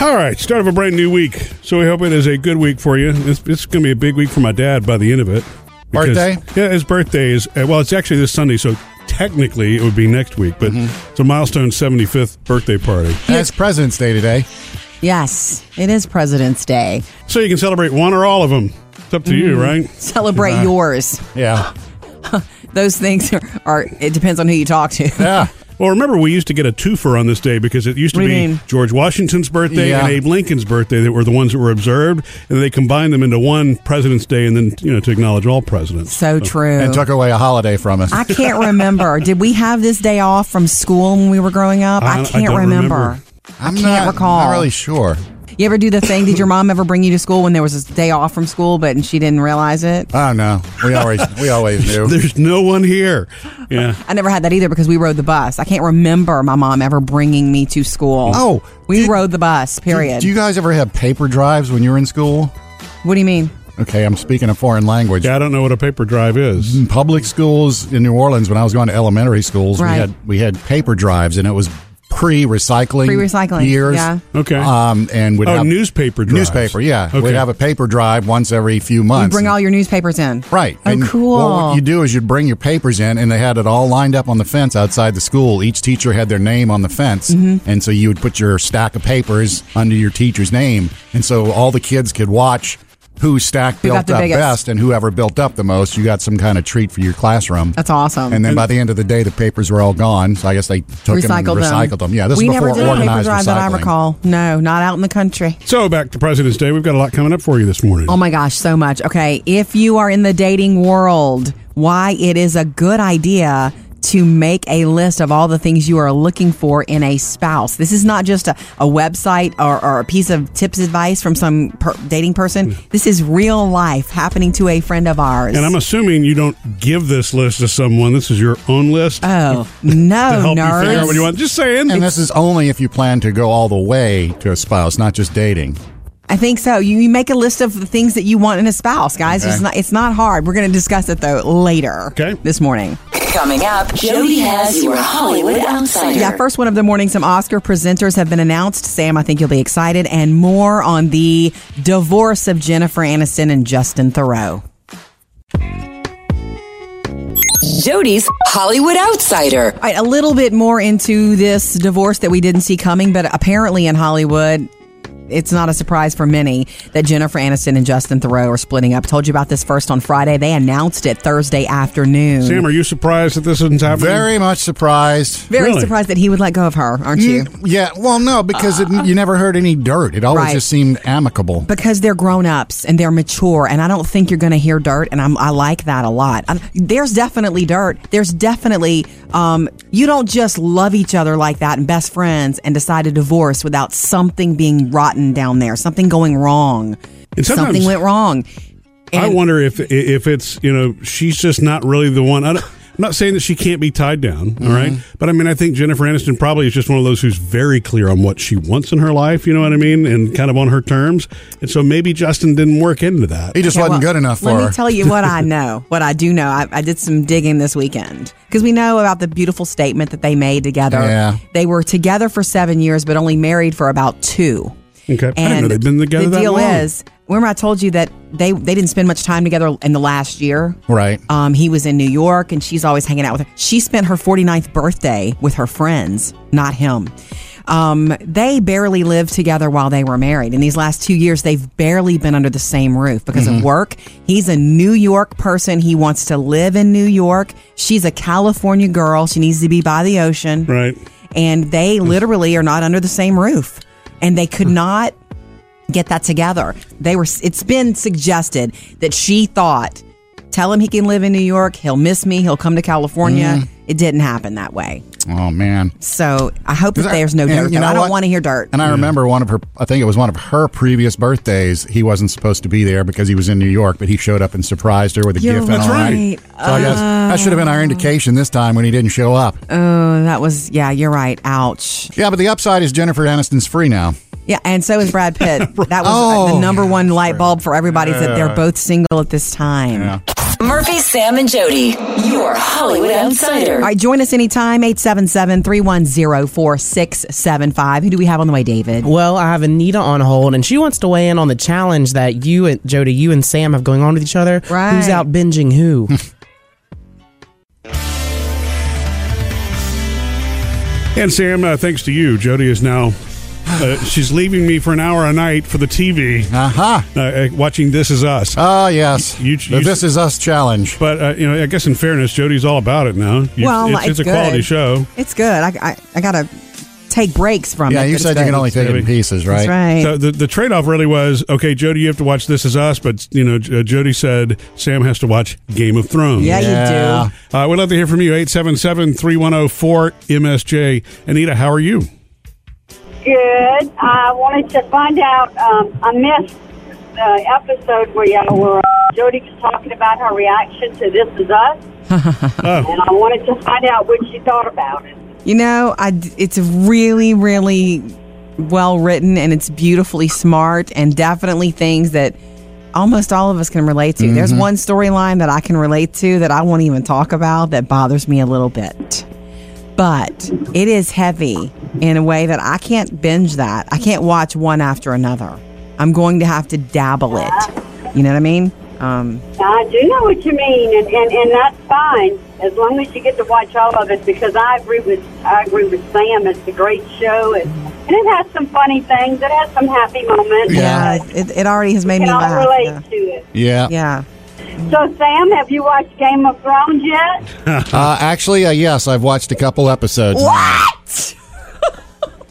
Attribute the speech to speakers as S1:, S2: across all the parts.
S1: All right, start of a brand new week. So we hope it is a good week for you. It's, it's going to be a big week for my dad by the end of it. Because-
S2: Birthday?
S1: Yeah, his birthday is, uh, well, it's actually this Sunday, so technically it would be next week, but
S3: Mm-hmm.
S1: it's a milestone 75th birthday party.
S2: And it's President's Day today.
S3: Yes, it is President's Day.
S1: So you can celebrate one or all of them. It's up to you,
S3: Mm-hmm.
S1: right?
S3: Celebrate yours.
S2: Yeah.
S3: Those things are, are, it depends on who you talk to.
S2: Yeah.
S1: Well, remember, we used to get a twofer on this day because it used to
S3: What do you
S1: be
S3: mean?
S1: George Washington's birthday
S2: Yeah.
S1: and Abe Lincoln's birthday that were the ones that were observed, and they combined them into one President's Day, and then you know to acknowledge all presidents.
S3: So true.
S2: And took away a holiday from us.
S3: I can't remember. Did we have this day off from school when we were growing up?
S1: I-
S3: I,
S1: I
S3: can't
S1: don't
S3: remember.
S1: remember.
S2: I'm
S3: can't
S2: not,
S3: recall.
S2: Not really sure.
S3: You ever do the thing? Did your mom ever bring you to school when there was a day off from school, but and she didn't realize it?
S2: Oh no, we always we always knew.
S1: There's no one here. Yeah.
S3: I never had that either because we rode the bus. I can't remember my mom ever bringing me to school.
S2: Oh,
S3: we
S2: did-
S3: rode the bus. Period.
S2: Do, do you guys ever have paper drives when you were in school?
S3: what do you mean?
S2: Okay, I'm speaking a foreign language.
S1: Yeah, I don't know what a paper drive is.
S2: In public schools in New Orleans, when I was going to elementary schools,
S3: Right.
S2: we had we had paper drives, and it was pre-recycling,
S3: Pre-recycling,
S2: years.
S3: yeah.
S1: Okay.
S2: Um, and we'd
S1: Oh,
S2: have
S1: newspaper drives.
S2: newspaper. Yeah,
S1: Okay.
S2: we'd have a paper drive once every few
S3: You
S2: months.
S3: bring all your newspapers in.
S2: Right.
S3: Oh,
S2: and
S3: cool.
S2: Well, what you do is you'd bring your papers in, and they had it all lined up on the fence outside the school. Each teacher had their name on the fence,
S3: Mm-hmm.
S2: and so you would put your stack of papers under your teacher's name, and so all the kids could watch who stack
S3: Who got
S2: built
S3: the
S2: up
S3: biggest.
S2: best, and whoever built up the most, you got some kind of treat for your classroom.
S3: That's awesome.
S2: and then by the end of the day, the papers were all gone. So I guess they took them
S3: recycled
S2: and
S3: them.
S2: recycled them. Yeah, this
S3: we
S2: is before
S3: never did a paper
S2: organized
S3: drive that I
S2: recycling.
S3: recall. No, not out in the country.
S1: So back to President's Day, we've got a lot coming up for you this morning.
S3: Oh
S2: Um,
S3: my gosh, so much. Okay, if you are in the dating world, why it is a good idea to make a list of all the things you are looking for in a spouse. This is not just a, a website or, or a piece of tips advice from some per- dating person. This is real life happening to a friend of ours.
S1: Hmm. and I'm assuming you don't give this list to someone. This is your own list
S3: oh,
S1: to
S3: no,
S1: help you figure out what you
S3: nerds.
S1: want. Just saying.
S2: And this is only if you plan to go all the way to a spouse, not just dating.
S3: I think so. You, you make a list of the things that you want in a spouse, guys. It's,
S2: Okay.
S3: not, it's not hard. We're going to discuss it, though, later
S1: Okay.
S3: this morning.
S4: Coming up, Jody has your Hollywood Outsider.
S3: Yeah, first one of the morning, some Oscar presenters have been announced. Sam, I think you'll be excited, and more on the divorce of Jennifer Aniston and Justin Thoreau.
S4: Jody's Hollywood Outsider.
S3: All right, a little bit more into this divorce that we didn't see coming, but apparently in Hollywood, it's not a surprise for many that Jennifer Aniston and Justin Thoreau are splitting up. Told you about this first on Friday. They announced it Thursday afternoon.
S1: Sam, are you surprised that this isn't happening?
S2: Very much surprised.
S3: Very
S1: Really?
S3: surprised that he would let go of her, aren't you?
S2: Yeah, well, no, because it, you never heard any dirt. It always
S3: Right.
S2: just seemed amicable.
S3: because they're grown ups and they're mature, and I don't think you're going to hear dirt, and I'm, I like that a lot. i there's definitely dirt. There's definitely um, you don't just love each other like that and best friends and decide to divorce without something being rotten down there, something going wrong,
S1: And sometimes-
S3: something went wrong.
S1: I
S3: And-
S1: wonder if if it's you know she's just not really the one. I don't, I'm not saying that she can't be tied down, all right?
S3: Mm-hmm.
S1: But I mean, I think Jennifer Aniston probably is just one of those who's very clear on what she wants in her life. You know what I mean? And kind of on her terms. And so maybe Justin didn't work into that.
S2: He just
S3: Okay,
S2: wasn't
S3: well,
S2: good enough for
S3: Let
S2: her.
S3: me tell you what I know. What I do know, I, I did some digging this weekend because we know about the beautiful statement that they made together.
S2: Yeah.
S3: They were together for seven years, but only married for about two.
S1: Okay, I didn't know
S3: And
S1: they've been together
S3: the
S1: that
S3: deal
S1: long.
S3: is, remember I told you that they they didn't spend much time together in the last year.
S2: Right.
S3: Um, he was in New York and she's always hanging out with her. She spent her 49th birthday with her friends, not him. Um, they barely lived together while they were married. In these last two years, they've barely been under the same roof because of work. He's a New York person. He wants to live in New York. She's a California girl. She needs to be by the ocean
S1: right.
S3: and they
S2: Hmm.
S3: literally are not under the same roof and they could not get that together they were it's been suggested that she thought tell him he can live in new york he'll miss me he'll come to california
S2: Hmm.
S3: it didn't happen that way
S2: Oh man.
S3: so i hope that
S2: I-
S3: there's no
S2: and
S3: dirt
S2: you
S3: though.
S2: know
S3: i don't
S2: what?
S3: want to hear dirt
S2: And I remember one of her. I think it was one of her previous birthdays. He wasn't supposed to be there because he was in New York, but he showed up and surprised her with a
S3: You're
S2: gift. and all
S1: right.
S2: So I guess that should have been our indication this time when he didn't show up.
S3: oh that was yeah you're right ouch
S2: yeah, but the upside is Jennifer Aniston's free now.
S3: yeah and so is brad pitt that was uh,
S2: Oh.
S3: the number one light bulb for everybody's that they're both single at this time
S4: Murphy, Sam, and Jody, your Hollywood outsider.
S3: All right, join us anytime, 877 310 4675. Who do we have on the way, David?
S5: Well, I have Anita on hold, and she wants to weigh in on the challenge that you and Jody, you and Sam have going on with each other.
S3: Right.
S5: Who's out binging who?
S1: And Sam, uh, thanks to you, Jody is now. Uh, she's leaving me for an hour a night for the TV, uh,
S2: Uh huh.
S1: uh, watching This Is Us.
S2: Ah, yes.
S1: You-
S2: The
S1: you-
S2: this is us challenge.
S1: But uh, you know, I guess in fairness, Jody's all about it now. You-
S3: Well,
S1: it's,
S3: it's
S1: a quality
S3: good.
S1: show.
S3: It's good. I, I, I got to take breaks from
S2: Yeah,
S3: it.
S2: you
S3: but it's
S2: said you
S3: good.
S2: can only take it in
S1: Maybe.
S2: pieces,
S3: That's
S2: right?
S3: right.
S1: So the, the trade off really was okay. Jody, you have to watch This Is Us, but you know, J- uh, Jody said Sam has to watch Game of Thrones.
S3: yeah, you
S2: Yeah.
S3: do.
S1: Uh, we'd love to hear from you. 877 3104 MSJ. Anita, how are you?
S6: Good. I wanted to find out. Um, I missed the episode where y'all were. uh, Jody was talking about her reaction to "This Is Us," and I wanted to find out what she thought about it.
S3: You know, I, d- it's really, really well written and it's beautifully smart and definitely things that almost all of us can relate to. There's one storyline that I can relate to that I won't even talk about that bothers me a little bit. But it is heavy in a way that I can't binge that. I can't watch one after another. I'm going to have to dabble it. You know what I mean? Um,
S6: I do know what you mean, and, and, and that's fine as long as you get to watch all of it. Because I agree with I agree with Sam. It's a great show, and, and it has some funny things. It has some happy moments.
S3: yeah,
S6: but
S3: it, it already has made
S6: we
S3: me
S6: can all
S3: laugh.
S6: relate
S3: Yeah.
S6: to it.
S2: Yeah.
S3: yeah.
S6: So, Sam, have you watched Game of Thrones yet?
S2: Uh, actually, uh, yes, I've watched a couple episodes.
S3: What?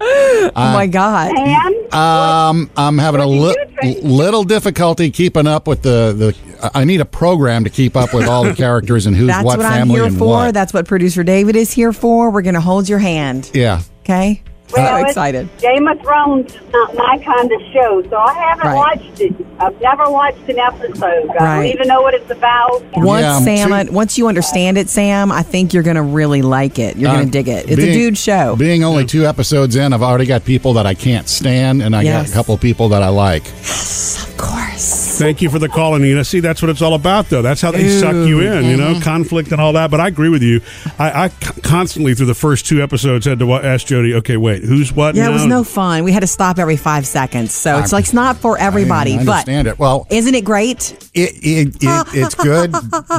S3: oh my god!
S6: And
S2: Um, I'm having a li-
S6: What do you think?
S2: little difficulty keeping up with the the. I need a program to keep up with all the characters and who's
S3: That's
S2: what
S3: what, I'm
S2: family
S3: here
S2: and
S3: for.
S2: what.
S3: That's what producer David is here for. We're gonna hold your hand.
S2: yeah.
S3: Okay. so
S6: it's-
S3: excited.
S6: Game of Thrones is not my kind of show, so I haven't
S3: Right.
S6: watched it. I've never watched an episode. I don't
S3: Right.
S6: even know what it's about.
S3: Once
S2: Yeah, I'm
S3: Sam,
S2: too-
S3: un- once you understand it, Sam, I think you're gonna really like it. You're
S2: Uh,
S3: gonna dig it. It's a
S2: being-
S3: dude show.
S2: Being only two episodes in, I've already got people that I can't stand, and I
S3: Yes.
S2: got a couple people that I like.
S3: of course.
S1: Thank you for the call, Anita. See, that's what it's all about, though. That's how they suck you in, you
S3: mm-hmm.
S1: know, conflict and all that. But I agree with you. I, I c- constantly, through the first two episodes, had to wa- ask Jody, okay, wait, who's what?
S3: Yeah, it was
S1: now?
S3: no fun. We had to stop every five seconds, so it's like it's not for everybody.
S2: I
S3: but
S2: understand it. Well,
S3: isn't it great?
S2: It, it, it it's good,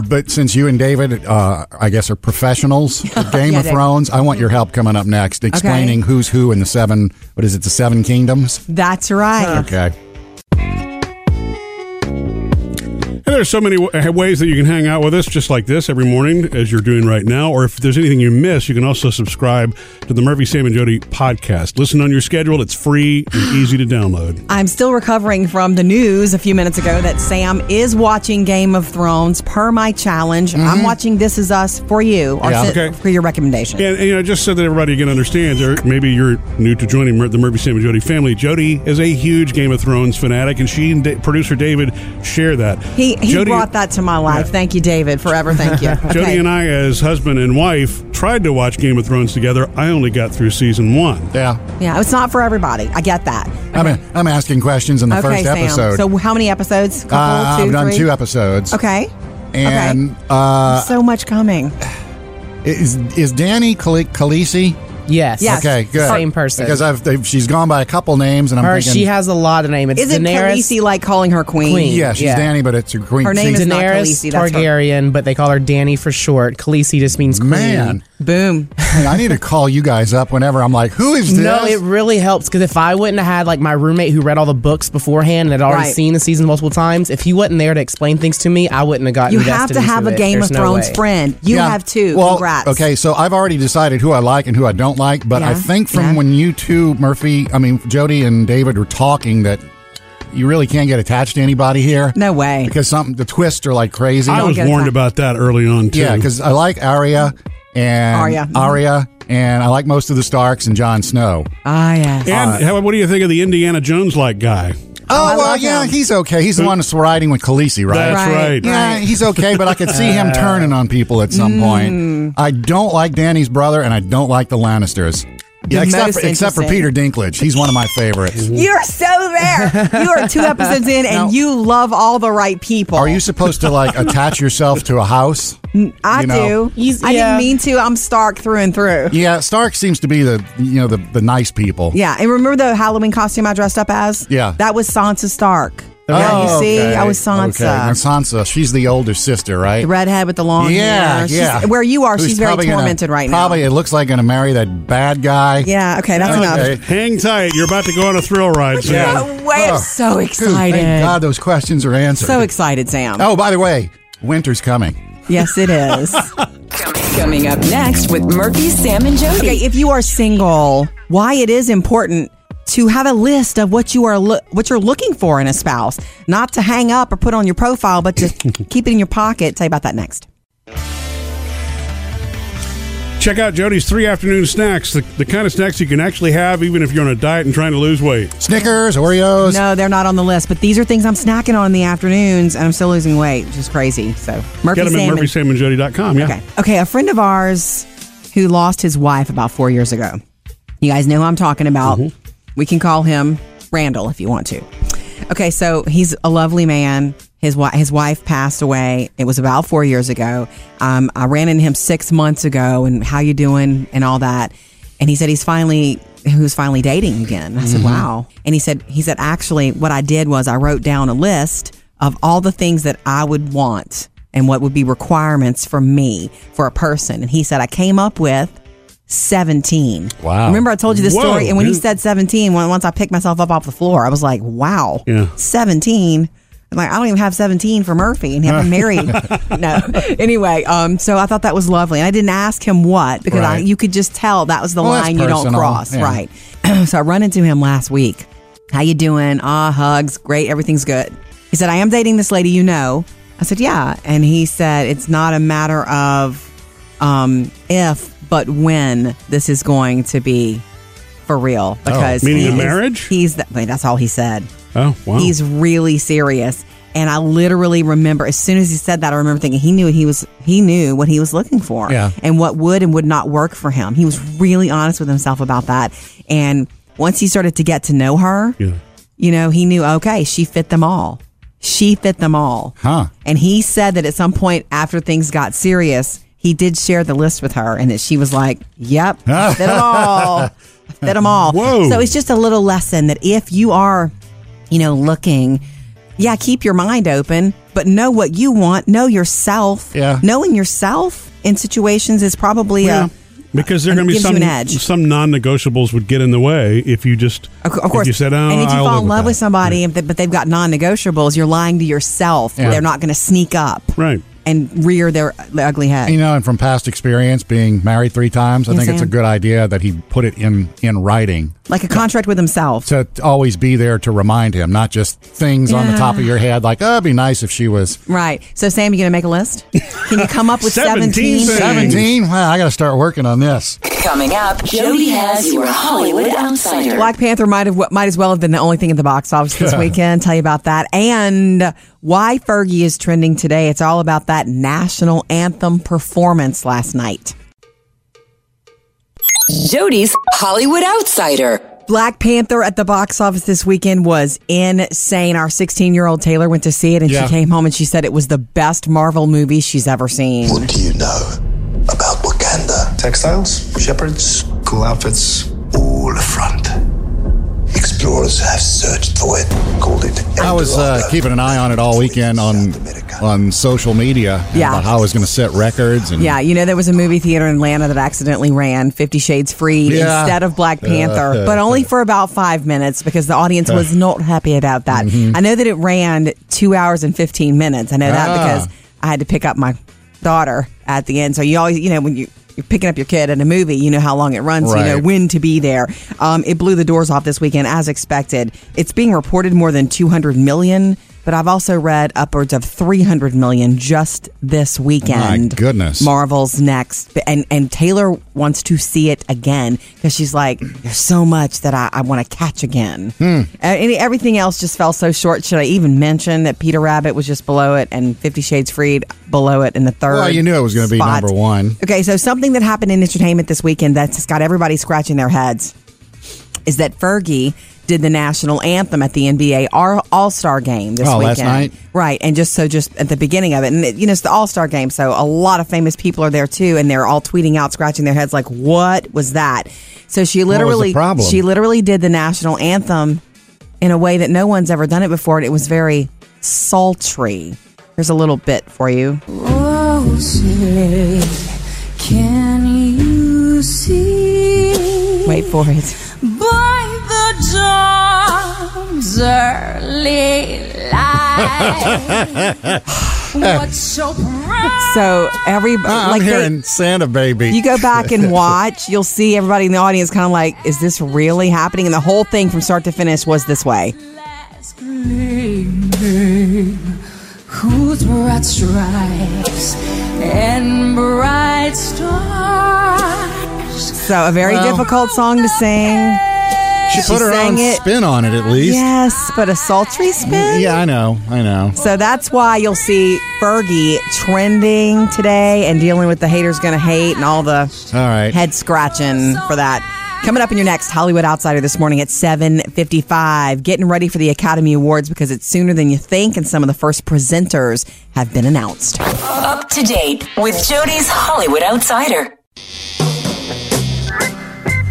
S2: but since you and David, uh, I guess, are professionals at Game
S3: Yeah,
S2: of
S3: Dave.
S2: Thrones, I want your help coming up next, explaining who's who in the seven. What is it? The seven kingdoms.
S3: That's right.
S2: Okay.
S1: And there's so many w- ways that you can hang out with us, just like this, every morning, as you're doing right now. Or if there's anything you miss, you can also subscribe to the Murphy, Sam, and Jody podcast. Listen on your schedule. It's free and easy to download.
S3: I'm still recovering from the news a few minutes ago that Sam is watching Game of Thrones per my challenge. I'm watching This Is Us for you
S2: Mm-hmm.
S3: or
S2: Yeah,
S3: si-
S1: okay.
S3: for your recommendation.
S1: And, and, you know, just so that everybody again understands, or maybe you're new to joining Mur- the Murphy, Sam, and Jody family. Jody is a huge Game of Thrones fanatic, and she and da- producer David share that.
S3: He, he
S1: Jody-
S3: brought that to my life. Thank you, David, forever. Thank you.
S1: Jody
S3: Okay.
S1: and I, as husband and wife, tried to watch Game of Thrones together. I only got through season one.
S2: Yeah.
S3: yeah, it's not for everybody. I get that.
S2: I'm, I'm asking questions in the
S3: okay,
S2: first
S3: Sam.
S2: episode.
S3: So how many episodes? Couple,
S2: uh,
S3: two,
S2: I've done
S3: three?
S2: two episodes.
S3: Okay.
S2: And uh,
S3: so much coming.
S2: is is Danny Khal- Khaleesi?
S5: yes.
S3: Yes.
S2: Okay, good.
S5: Same person.
S2: Because I've they've, she's gone by a couple names, and I'm
S5: Her,
S2: thinking
S5: she has a lot of names. It's
S3: Is it
S5: Daenerys,
S3: Khaleesi like calling her queen?
S5: Queen.
S2: yeah, she's
S5: Yeah.
S2: Danny, but it's her queen.
S3: Her name
S2: See,
S3: is not
S5: Daenerys
S3: Khaleesi, that's her.
S5: Targaryen, but they call her Danny for short. Khaleesi just means queen.
S2: man.
S3: Boom.
S2: Hey, I need to call you guys up whenever I'm like, who is this?
S5: No, it really helps because if I wouldn't have had like my roommate who read all the books beforehand and had already
S3: Right.
S5: seen the season multiple times, if he wasn't there to explain things to me, I wouldn't have gotten.
S3: You
S5: invested
S3: have to
S5: into
S3: have a
S5: it.
S3: Game
S5: There's
S3: of
S5: no
S3: Thrones
S5: way.
S3: friend. You
S2: Yeah.
S3: have two.
S2: Well,
S3: Congrats.
S2: Okay, so I've already decided who I like and who I don't like, but I
S3: Yeah,
S2: think from
S3: yeah.
S2: when you two, Murphy, I mean Jody and David, were talking that you really can't get attached to anybody here.
S3: No way.
S2: because something the twists are like crazy.
S1: I was
S3: get it
S1: warned
S3: back.
S1: about that early on too.
S2: yeah, because I like Arya and
S3: Arya. Mhm.
S2: Arya, and I like most of the Starks and Jon Snow.
S3: Ah, yes.
S1: And how, what do you think of the Indiana Jones like guy?
S2: Oh, well,
S3: like
S2: yeah,
S3: him.
S2: he's okay. He's the one that's riding with Khaleesi, right?
S1: That's
S3: Right.
S1: right.
S2: Yeah,
S3: Right. Hmm.
S2: he's okay, but I could see him turning on people at some point. I don't like Danny's brother, and I don't like the Lannisters. Yeah,
S3: the
S2: except
S3: most
S2: for, except for
S3: interesting.
S2: Peter Dinklage. He's one of my favorites.
S3: You're so there. You are two episodes in, and
S2: Now-
S3: you love all the right people.
S2: Are you supposed to like attach yourself to a house?
S3: I
S2: you know?
S3: do.
S5: He's-
S3: I didn't
S5: yeah.
S3: mean to. I'm Stark through and through.
S2: Yeah, Stark seems to be the you know the, the nice people.
S3: Yeah, and remember the Halloween costume I dressed up as?
S2: Yeah.
S3: that was Sansa Stark.
S2: Oh,
S3: Yeah, you see, I was Sansa.
S2: Okay. And Sansa, she's the older sister, right?
S3: The redhead with the long
S2: Yeah,
S3: hair. She's-
S2: yeah.
S3: Where you are,
S2: Who's
S3: she's very
S2: probably gonna-
S3: tormented right
S2: Probably
S3: now.
S2: it looks like going to marry that bad guy.
S3: Yeah. Okay, that's
S2: Okay.
S3: enough.
S1: Hang tight. You're about to go on a thrill ride. Sam.
S2: Yeah.
S3: No way! I'm
S2: Oh,
S3: so
S2: Dude, thank
S3: excited.
S2: God those questions are answered.
S3: So excited, Sam.
S2: oh, by the way, winter's coming.
S3: Yes, it is.
S4: Coming up next with Murphy, Sam, and Jody.
S3: Okay, if you are single, why it is important to have a list of what you are lo- what you're looking for in a spouse, not to hang up or put on your profile, but to keep it in your pocket. Tell you about that next.
S1: Check out Jody's three afternoon snacks, the, the kind of snacks you can actually have even if you're on a diet and trying to lose weight.
S2: Snickers, Oreos.
S3: No, they're not on the list, but these are things I'm snacking on in the afternoons, and I'm still losing weight, which is crazy. So Murphy
S1: Get them
S3: Salmon.
S1: at murphysamandjody.com. Yeah.
S3: Okay. Okay. A friend of ours who lost his wife about four years ago. You guys know who I'm talking about. We can call him Randall if you want to. Okay. So he's a lovely man. His, wi- his wife passed away. It was about four years ago. Um, I ran into him six months ago and how you doing and all that. And he said he's finally who's finally dating again. I said, wow. And he said, he said, actually, what I did was I wrote down a list of all the things that I would want and what would be requirements for me for a person. And he said, I came up with 17.
S2: Wow.
S3: Remember, I told you this
S1: Whoa,
S3: story. And when he
S1: dude.
S3: said 17, when, once I picked myself up off the floor, I was like, wow,
S1: Yeah.
S3: 17. I'm like, I don't even have 17 for Murphy and I've been married. no. Anyway, um, so I thought that was lovely. And I didn't ask him what because I,
S2: Right.
S3: you could just tell that was the
S2: Well, that's
S3: line you don't
S2: personal.
S3: cross.
S2: Yeah.
S3: Right. so I run into him last week. How you doing? Ah, hugs. Great. Everything's good. He said, I am dating this lady you know. I said, yeah. And he said, it's not a matter of um, if, but when this is going to be for real. Because
S1: Oh, meaning
S3: he
S1: a
S3: is-
S1: marriage?
S3: He's the, I mean, that's all he said.
S1: Oh, wow.
S3: He's really serious. And I literally remember as soon as he said that, I remember thinking he knew he was he knew what he was looking for
S2: Yeah.
S3: and what would and would not work for him. He was really honest with himself about that. And once he started to get to know her,
S1: yeah.
S3: you know, he knew, okay, she fit them all. She fit them all.
S2: Huh.
S3: And he said that at some point after things got serious, he did share the list with her and that she was like, yep, I fit them all. I Fit them all.
S1: Whoa.
S3: So it's just a little lesson that if you are, you know, looking, yeah, keep your mind open, but know what you want, know yourself.
S2: Yeah.
S3: Knowing yourself in situations is probably
S1: Yeah.
S3: a.
S1: Because there are
S3: And
S1: going to be
S3: uh, gives you
S1: some
S3: an edge.
S1: some non-negotiables would get in the way if you just
S3: Of, cou- of
S1: if
S3: course,
S1: you said, oh,
S3: and if you
S1: I'll
S3: fall
S1: live
S3: in love
S1: that."
S3: with somebody, if they- but they've got non-negotiables, you're lying to yourself.
S2: Yeah.
S3: They're not going to sneak up
S1: right?
S3: and rear their ugly head.
S2: You know, and from past experience, being married three times, I
S3: Yes,
S2: think it's a
S3: Sam.
S2: good idea that he put it in in writing
S3: like a contract with himself.
S2: to t- always be there to remind him, not just things on the
S3: Yeah.
S2: top of your head like, "Oh, it'd be nice if she was
S3: right. So, Sam, you going to make a list? Can you come up with 17?
S1: 17 things.
S2: 17." Well, I got to start working on this.
S4: Coming up, Jody has your Hollywood Outsider.
S3: Black Panther might have might as well have been the only thing at the box office this weekend. Tell you about that and why Fergie is trending today. It's all about that national anthem performance last night.
S4: Jody's Hollywood Outsider.
S3: Black Panther at the box office this weekend was insane. Our 16 year old Taylor went to see it and
S2: Yeah.
S3: she came home and she said it was the best Marvel movie she's ever seen.
S7: What do you know about Wakanda? Textiles, shepherds, cool outfits, all the front. Explorers have searched for it, called it.
S2: I was uh,
S7: Eldorado.
S2: keeping an eye on it all weekend on
S7: South America.
S2: on social media
S3: Yeah.
S2: about how I was going to set records and
S3: Yeah, you know, there was a movie theater in Atlanta that accidentally ran Fifty Shades Free
S2: Yeah. Uh,
S3: instead of Black Panther, but only for about five minutes because the audience was not happy about that. I know that it ran two hours and 15 minutes. I know that
S2: Mm-hmm. Ah.
S3: because I had to pick up my daughter at the end. So you always, you know, when you. You're picking up your kid in a movie, you know how long it runs, so you know
S2: Right.
S3: when to be there. Um, it blew the doors off this weekend, as expected. It's being reported more than 200 million But I've also read upwards of 300 million just this weekend.
S2: goodness.
S3: Marvel's next. And, and Taylor wants to see it again because she's like, there's so much that I, I want to catch again.
S2: Hmm.
S3: Uh, and everything else just fell so short. Should I even mention that Peter Rabbit was just below it and Fifty Shades Freed below it in the third?
S2: Well, you knew it was gonna be
S3: spot?
S2: number one.
S3: Okay, so something that happened in entertainment this weekend that's got everybody scratching their heads is that Fergie did the national anthem at the NBA All Star Game this
S2: Oh,
S3: weekend.
S2: last night?
S3: Right, and just so just at the beginning of it, and it, you know it's the All Star Game, so a lot of famous people are there too, and they're all tweeting out, scratching their heads like, "What was that?" So she
S2: was the
S3: literally,
S2: problem?
S3: she literally did the national anthem in a way that no one's ever done it before, and it was very sultry. Here's a little bit for you.
S8: Oh, say, can you see
S3: Wait for it.
S8: by the dawn's early light what so proud
S3: So every
S2: Uh, "Ah, I'm
S3: like they-
S2: hearing Santa Baby.
S3: you go back and watch, you'll see everybody in the audience kind of like, is this really happening? And the whole thing from start to finish was this way.
S8: last gleaming whose broad stripes and bright stars
S3: So a very
S2: Wow.
S3: difficult song to sing.
S2: she put her
S3: sang
S2: own
S3: it.
S2: spin on it at least.
S3: Yes, but a sultry spin.
S2: Yeah, I know. I know.
S3: So that's why you'll see Fergie trending today and dealing with the haters gonna hate and all the
S2: All right.
S3: head scratching for that. Coming up in your next Hollywood Outsider this morning at 7:55, getting ready for the Academy Awards because it's sooner than you think and some of the first presenters have been announced.
S4: Up to date with Jody's Hollywood Outsider.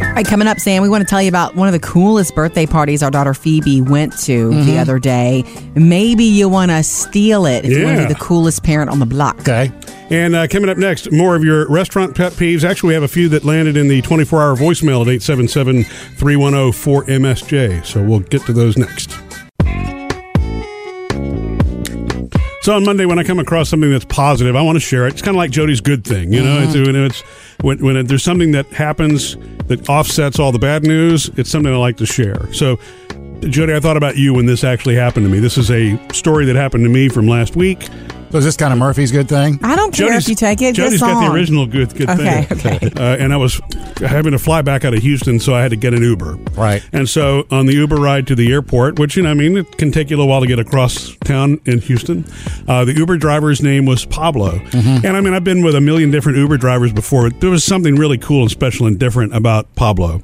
S3: All right, coming up, Sam, we want to tell you about one of the coolest birthday parties our daughter Phoebe went to the
S1: Mm-hmm.
S3: other day. Maybe you want to steal it if you want to
S1: Yeah.
S3: be the coolest parent on the block.
S2: Okay.
S1: And uh, coming up next, more of your restaurant pet peeves. Actually, we have a few that landed in the 24 hour voicemail at 877 310 4MSJ. So we'll get to those next. So on Monday, when I come across something that's positive, I want to share it. It's kind of like Jody's good thing, you know. It's, when it's when, when there's something that happens that offsets all the bad news, it's something I like to share. So, Jody, I thought about you when this actually happened to me. This is a story that happened to me from last week.
S2: So is this kind of Murphy's good thing?
S3: I don't care if you take it.
S1: Jody's
S3: this
S1: got the
S3: song.
S1: original good, good
S3: Okay,
S1: thing.
S3: okay.
S1: Uh, and I was having to fly back out of Houston, so I had to get an Uber.
S2: Right.
S1: And so on the Uber ride to the airport, which, you know, I mean, it can take you a little while to get across town in Houston, uh, the Uber driver's name was Pablo.
S3: Mm-hmm.
S1: And I mean, I've been with a million different Uber drivers before. There was something really cool and special and different about Pablo.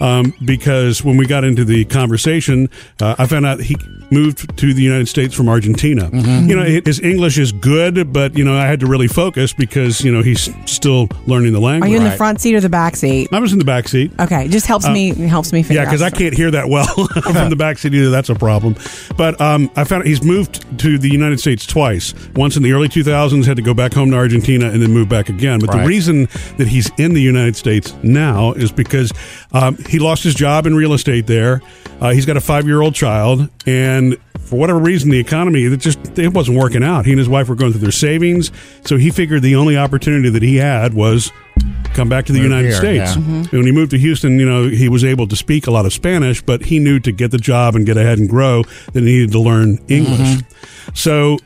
S1: Um, because when we got into the conversation, uh, I found out he moved to the United States from Argentina.
S3: Mm-hmm.
S1: You know, his English is good, but, you know, I had to really focus because, you know, he's still learning the
S3: Are
S1: language.
S3: you in the front seat or the back seat?
S1: I was in the back seat.
S3: Okay, just helps me helps me figure
S1: Uh, Yeah,
S3: out
S1: because I
S3: something.
S1: can't hear that well from the backseat either. That's a problem. But um, I found out he's moved to the United States twice. Once in the early 2000s, had to go back home to Argentina and then move back again. But
S2: Right.
S1: the reason that he's in the United States now is because um, he lost his job in real estate there. Uh, he's got a five year old child. And for whatever reason, the economy, it just it wasn't working out. He and his wife were going through their savings. So he figured the only opportunity that he had was come back to the
S2: Move
S1: United
S2: here,
S1: States.
S3: Mm-hmm.
S2: yeah.
S1: And When he moved to Houston, you know, he was able to speak a lot of Spanish, but he knew to get the job and get ahead and grow that he needed to learn English.
S3: Mm-hmm.
S1: So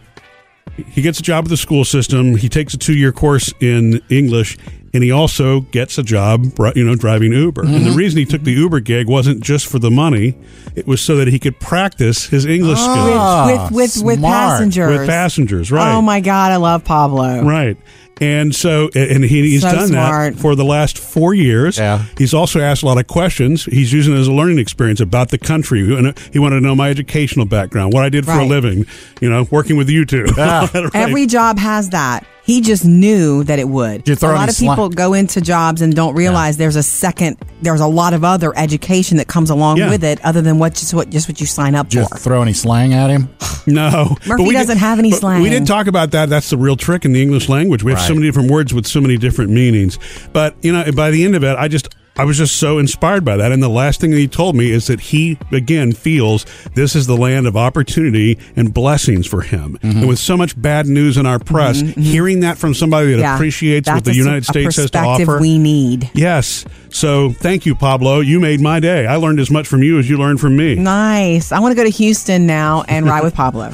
S1: he gets a job with the school system. He takes a two year course in English, and he also gets a job, bri- you know, driving Uber. And
S3: Mm-hmm.
S1: the reason he took the Uber gig wasn't just for the money; it was so that he could practice his English
S3: Oh,
S2: Ah,
S3: with with
S2: smart.
S3: with
S1: skills
S3: passengers.
S1: with passengers. Right?
S3: Oh my God, I love Pablo.
S1: Right. And so, and he, he's
S3: So
S1: done
S3: smart.
S1: that for the last four years.
S2: Yeah.
S1: He's also asked a lot of questions. He's using it as a learning experience about the country. And He wanted to know my educational background, what I did for a
S3: Right.
S1: living, you know, working with you two. Right.
S3: Every job has that. He just knew that it would.
S2: You're throwing
S3: a lot
S2: me
S3: of people
S2: sli-
S3: go into jobs and don't realize there's a second. There's a lot of other education that comes along
S1: Yeah.
S3: with it, other than what just what just what you sign up
S2: Just
S3: for.
S2: throw any slang at him?
S1: No, But
S3: Murphy
S1: we
S3: doesn't have any
S1: but
S3: slang.
S1: We did talk about that. That's the real trick in the English language. We have so
S2: Right.
S1: many different words with so many different meanings. But you know, by the end of it, I just I was just so inspired by that. And the last thing that he told me is that he, again, feels this is the land of opportunity and blessings for him. And with so much bad news in our press, hearing that from somebody that
S3: Mm-hmm. Yeah.
S1: appreciates
S3: That's
S1: what the
S3: a s-
S1: United
S3: a
S1: States has to
S3: perspective
S1: offer.
S3: We need.
S1: yes. So thank you, Pablo. You made my day. I learned as much from you as you learned from me.
S3: Nice. I want to go to Houston now and ride with Pablo.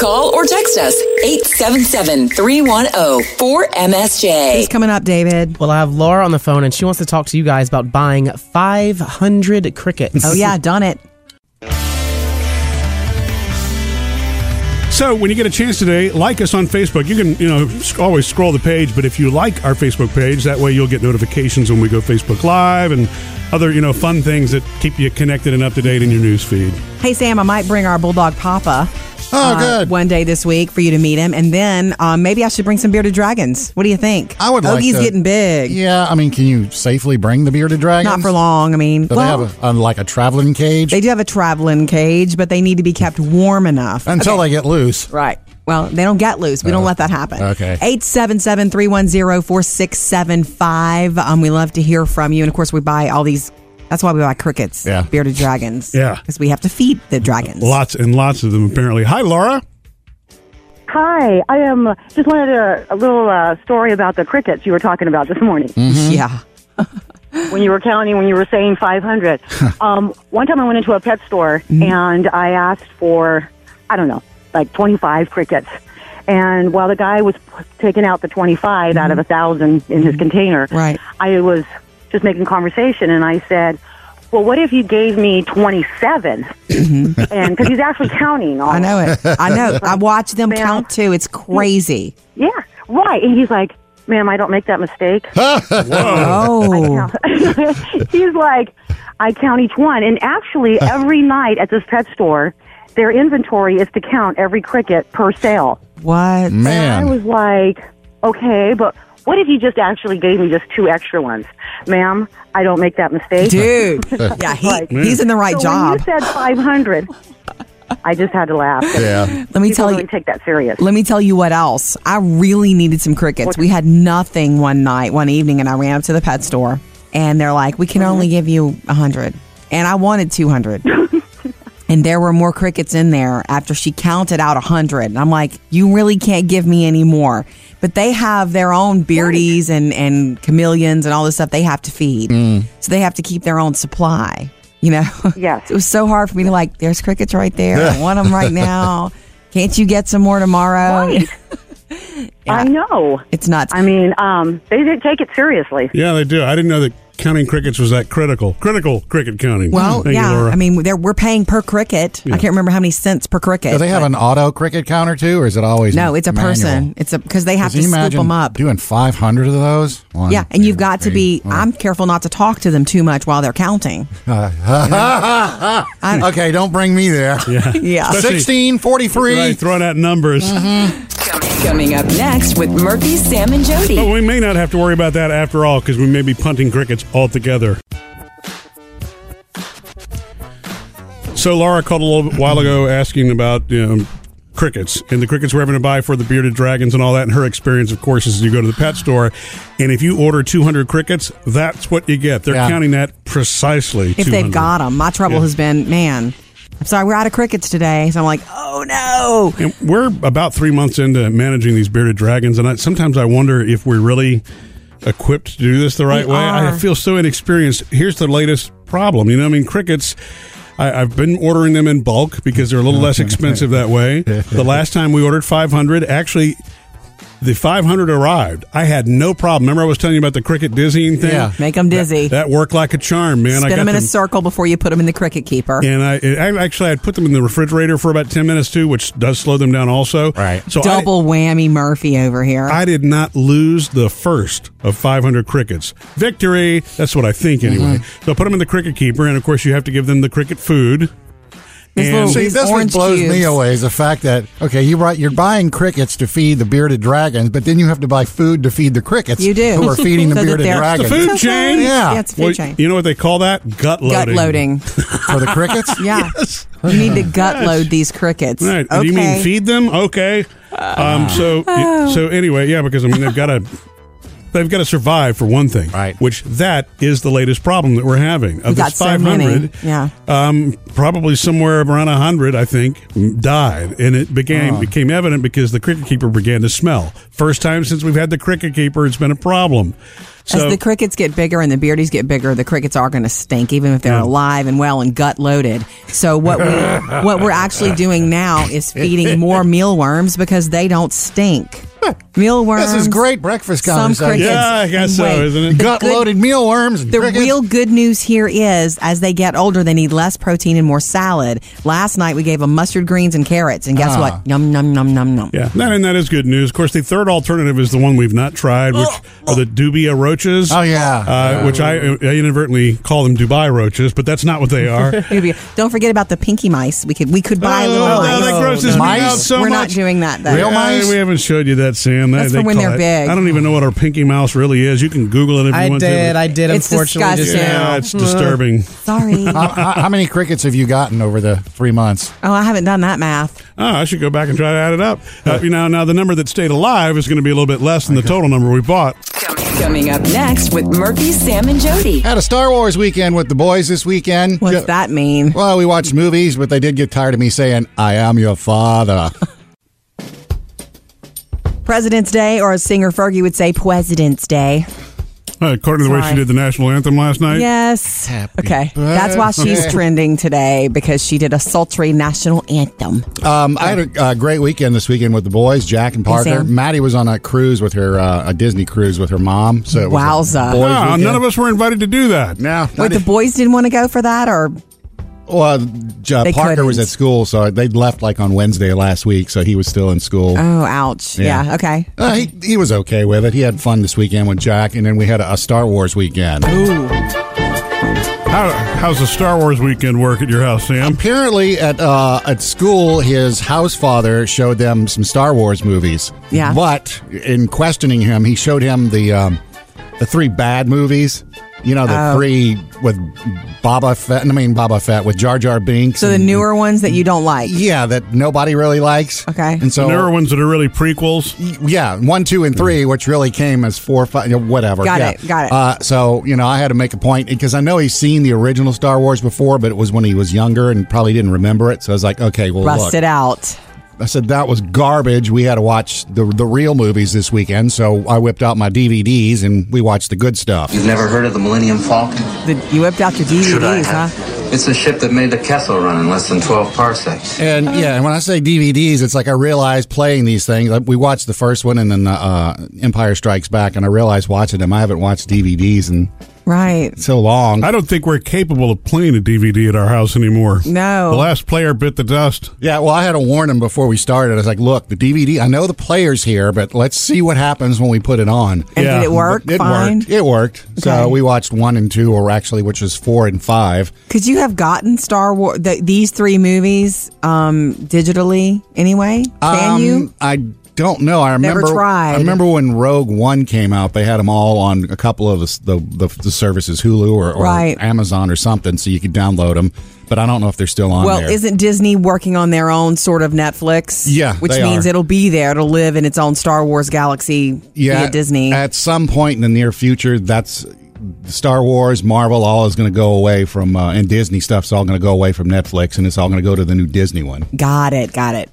S4: Call or text us 877 310 4MSJ.
S3: It's coming up, David.
S5: Well, I have Laura on the phone, and she wants to talk to you guys about buying 500 crickets.
S3: Oh yeah, done it.
S1: So when you get a chance today, like us on Facebook. You can, you know, sc- always scroll the page, but if you like our Facebook page, that way you'll get notifications when we go Facebook Live and other, you know, fun things that keep you connected and up to date in your news feed.
S3: Hey Sam, I might bring our bulldog Papa.
S2: Oh,
S3: uh,
S2: good.
S3: One day this week for you to meet him, and then um, maybe I should bring some bearded dragons. What do you think?
S2: I would like
S3: Ogie's
S2: to-
S3: Oh, getting big.
S2: Yeah, I mean, can you safely bring the bearded dragon?
S3: Not for long. I mean,
S2: Do
S3: well,
S2: they have a, a, like a traveling cage
S3: they do have a traveling cage, but they need to be kept warm enough.
S2: until they get loose?
S3: Right. Well, they don't get loose. We don't let that happen.
S2: Oh, okay.
S3: 877 310 4675. Um, We love to hear from you. And of course, we buy all these. That's why we buy crickets,
S2: Yeah.
S3: bearded dragons.
S1: Yeah.
S3: Because we have to feed the dragons.
S1: Lots and lots of them apparently. Hi, Laura.
S9: Hi, I am just wanted a, a little uh, story about the crickets you were talking about this morning
S2: Mm-hmm.
S3: Yeah.
S9: when you were counting when you were saying 500. um, one time I went into a pet store
S3: Mm-hmm.
S9: and I asked for I don't know like 25 crickets, and while the guy was p- taking out the 25 out of a thousand in his container,
S3: Mm-hmm. Right.
S9: I was just making conversation and I said. Well, what if you gave me 27? and because he's actually counting. All
S3: Mm-hmm. I know it. I know. I watch them
S9: Ma'am.
S3: count too. It's crazy.
S9: Yeah, right. And he's like, ma'am, I don't make that mistake.
S3: Oh.
S9: He's like, I count each one. And actually, every night at this pet store, their inventory is to count every cricket per sale.
S3: What?
S9: I
S2: Man,
S9: was like, okay, but what if you just actually gave me just two extra ones? Ma'am, I don't make that mistake.
S3: Dude. Yeah, he,
S9: Like-
S3: he's in the right
S9: so
S3: job.
S9: When you said 500, I just had to laugh.
S2: yeah.
S3: Let me
S9: People
S3: tell
S9: really
S3: you.
S9: take that serious.
S3: Let me tell you what else. I really needed some crickets. We had nothing one night, one evening, and I ran up to the pet store, and they're like, "We can only give you a hundred, and I wanted two hundred. and there were more crickets in there after she counted out a hundred, and I'm like, "You really can't give me any more." But they have their own beardies and and chameleons and all this stuff they have to feed, so they have to keep their own supply. You know,
S9: Yes.
S3: it was so hard for me to like. There's crickets right there. I want them right now. Can't you get some more tomorrow?
S9: Right. I know.
S3: It's nuts.
S9: I mean, um, they didn't take it seriously.
S1: Yeah, they do. I didn't know that counting crickets was that critical. Critical cricket counting.
S3: well,
S1: Thank
S3: yeah.
S1: you, Laura.
S3: I mean, they're, we're paying per cricket. I can't remember how many cents per cricket.
S2: Do they have
S3: but-
S2: an auto cricket counter too, or is it always
S3: no. It's a
S2: manual?
S3: person. It's a because they have
S2: Can you
S3: to scoop
S2: imagine
S3: them up.
S2: doing 500 of those? One,
S3: yeah, and you've
S2: two,
S3: got to
S2: three,
S3: be.
S2: four.
S3: I'm careful not to talk to them too much while they're counting. I-
S2: okay, don't bring me there.
S3: Yeah.
S2: 16, 43.
S1: Right, throwing out numbers.
S4: Coming up next with Murphy, Sam, and
S1: But
S4: Jody.
S1: we may not have to worry about that after all because we may be punting crickets altogether. So Laura called a little while ago asking about you know, crickets and the crickets we're having to buy for the bearded dragons and all that. And her experience, of course, is you go to the pet store and if you order 200 crickets, that's what you get. They're
S2: Yeah.
S1: counting that precisely.
S3: if
S1: 200.
S3: they've got them. My trouble
S1: Yeah.
S3: has been, man. I'm sorry, we're out of crickets today. So I'm like, oh no.
S1: And we're about three months into managing these bearded dragons, and I, sometimes I wonder if we're really equipped to do this the right
S3: We
S1: way. I- I
S3: are.
S1: feel so inexperienced. Here's the latest problem. You know, I mean, crickets. I, I've been ordering them in bulk because they're a little less expensive that way. The last time we ordered 500, actually. The 500 arrived. I had no problem. Remember, I was telling you about the cricket dizzying thing.
S2: Yeah.
S3: Make them dizzy.
S1: That worked like a charm, man. I
S3: Spin
S1: got
S3: them in a
S1: them-
S3: circle before you put them in the cricket keeper.
S1: and I, I actually I put them in the refrigerator for about ten minutes too, which does slow them down also.
S2: Right.
S1: So
S3: Double whammy Murphy over here.
S1: I, I did not lose the first of 500 crickets. Victory. That's what I think
S3: Uh-huh.
S1: anyway. So I put them in the cricket keeper, and of course you have to give them the cricket food.
S3: These
S1: And-
S3: little-
S2: See,
S3: These
S2: this one
S3: orange
S2: blows me
S3: cubes.
S2: away is the fact that, okay, you brought, you're buying crickets to feed the bearded dragons, but then you have to buy food to feed the crickets
S3: You do.
S2: who are feeding the
S3: So that
S2: bearded
S3: they're-
S1: It's
S2: dragons.
S1: a food
S3: Okay.
S1: chain.
S2: Yeah.
S3: Yeah, it's a food
S1: Well,
S3: chain.
S1: you know what they call that? Gut
S3: Gut
S1: loading.
S3: loading.
S2: For the crickets?
S3: Yeah. You need to gut load these crickets.
S1: All right.
S3: Okay. Uh, oh.
S1: Do you mean feed them? Okay. Um. So. So anyway, yeah. Because I mean, they've got to They've got to survive for one thing,
S2: Right.
S1: Which that is the latest problem that we're having. Of
S3: We got
S1: this
S3: so many,
S1: 500,
S3: yeah.
S1: um, probably somewhere around 100, I think, died, and it became became evident because the cricket keeper began to smell. First time since we've had the cricket keeper, it's been a problem. So
S3: As the crickets get bigger and the beardies get bigger, the crickets are going to stink, even if they're
S1: Yeah.
S3: alive and well and gut loaded. So what we what we're actually doing now is feeding more mealworms because they don't stink. Mealworms.
S2: This is great breakfast
S3: Some
S2: conversation.
S3: crickets.
S1: yeah, I guess so,
S3: Wait.
S1: isn't it?
S2: Gut loaded mealworms. and
S3: The
S2: crickets.
S3: real good news here is as they get older, they need less protein and more salad. Last night we gave them mustard greens and carrots, and guess what? Yum, yum, yum, yum, yum.
S1: Ah. Yeah, that, and that is good news. Of course, the third alternative is the one we've not tried, which are the dubia roaches.
S2: Oh, yeah.
S1: uh, which I, I inadvertently call them Dubai roaches, but that's not what they are.
S3: It'd be- Don't forget about the pinky mice. We could we could buy little
S1: Oh,
S3: mice.
S1: That grosses me
S2: Mice?
S1: out so
S3: We're
S1: much.
S3: not doing that though.
S2: Real mice?
S1: Uh, we haven't showed you that, Sam. That-
S3: That's
S1: they
S3: for when
S1: call
S3: they're
S1: it-
S3: big.
S1: I don't even know what our pinky mouse really is. You can Google it if
S5: I
S1: you want
S5: did.
S1: to.
S5: I did.
S3: It's
S5: unfortunately, just
S3: disgusting.
S5: now.
S1: yeah, it's disturbing.
S3: Sorry.
S2: how,
S3: oh,
S2: how- how many crickets have you gotten over the three months?
S3: I haven't done that math.
S1: Oh, I should go back and try to add it up. Uh, you know, now the number that stayed alive is going to be a little bit less than the total number we bought.
S4: Coming up next with Murphy, Sam, and Jody.
S2: Had a Star Wars weekend with the boys this weekend.
S3: What's
S2: Ju-
S3: that mean?
S2: Well, we watched movies, but they did get tired of me saying, I am your father.
S3: President's Day, or as singer Fergie would say, President's Day.
S1: Uh, according to the way she
S3: Sorry.
S1: did the national anthem last night.
S3: Yes.
S2: Happy
S3: okay. That's why she's
S2: birthday.
S3: trending today because she did a sultry national anthem.
S2: Um, I had a uh, great weekend this weekend with the boys, Jack and Parker.
S3: Sam.
S2: Maddie was on a cruise with her, uh, a Disney cruise with her mom. So it was a
S3: Wowza.
S2: boys
S1: Ah,
S2: weekend.
S1: none of us were invited to do that.
S2: No,
S3: Wait,
S2: not
S3: the
S2: it.
S3: boys didn't want to go for that, or
S2: well, uh, J-
S3: They
S2: Parker was
S3: couldn't.
S2: at school, so they left like on Wednesday last week, so he was still in school.
S3: oh, ouch. Yeah.
S2: Yeah.
S3: okay.
S2: Uh, he, he was okay with it. He had fun this weekend with Jack, and then we had a, a Star Wars weekend.
S1: How, how's the Star Wars weekend work at your house, Sam?
S2: Apparently, at uh, at school, his house father showed them some Star Wars movies.
S3: Yeah.
S2: But in questioning him, he showed him the um, the three bad movies. You know,
S3: Oh.
S2: the three with Boba Fett. I mean, Boba Fett with Jar Jar Binks.
S3: So the
S2: and-
S3: newer ones that you don't like.
S2: Yeah, that nobody really likes.
S3: Okay.
S2: And so
S1: there are ones that are really prequels.
S2: yeah, one, two, and three, which really came as four, five, you know, whatever.
S3: Got
S2: yeah.
S3: it, got it.
S2: Uh, so you know, I had to make a point because I know he's seen the original Star Wars before, but it was when he was younger and probably didn't remember it. So I was like, okay, well,
S3: Rust
S2: look.
S3: it out.
S2: I said that was garbage. We had to watch the the real movies this weekend, so I whipped out my DVDs and we watched the good stuff.
S10: You've never heard of the Millennium Falcon?
S3: The, you whipped out your
S10: Should I
S3: DVDs,
S10: have?
S3: huh?
S10: It's a ship that made the Kessel run in less than 12 parsecs.
S2: And yeah, and when I say DVDs, it's like I realized playing these things. Like we watched the first one and then the uh, Empire Strikes Back, and I realized watching them. I haven't watched DVDs in
S3: Right.
S2: so long.
S1: I don't think we're capable of playing a DVD at our house anymore.
S3: No.
S1: The last player bit the dust.
S2: Yeah, well, I had to warn him before we started. I was like, "Look, the DVD. I know the player's here, but let's see what happens when we put it on."
S3: And
S1: Yeah.
S3: did it work?
S2: It
S3: Fine.
S2: worked. It worked. So
S3: Okay.
S2: we watched one and two, or actually, which was four and five.
S3: Could you have gotten Star Wars th- these three movies um, digitally anyway? Can
S2: Um,
S3: you?
S2: I don't know. I remember.
S3: tried.
S2: I remember when Rogue One came out. They had them all on a couple of the the, the, the services, Hulu or, or
S3: Right.
S2: Amazon or something, so you could download them. But I don't know if they're still on
S3: Well,
S2: there.
S3: isn't Disney working on their own sort of Netflix?
S2: Yeah,
S3: which
S2: they
S3: means
S2: are.
S3: it'll be there. It'll live in its own Star Wars galaxy via Disney.
S2: At some point in the near future, that's Star Wars, Marvel, all is going to go away from, uh, and Disney stuff's all going to go away from Netflix, and it's all going to go to the new Disney one.
S3: got it. Got it.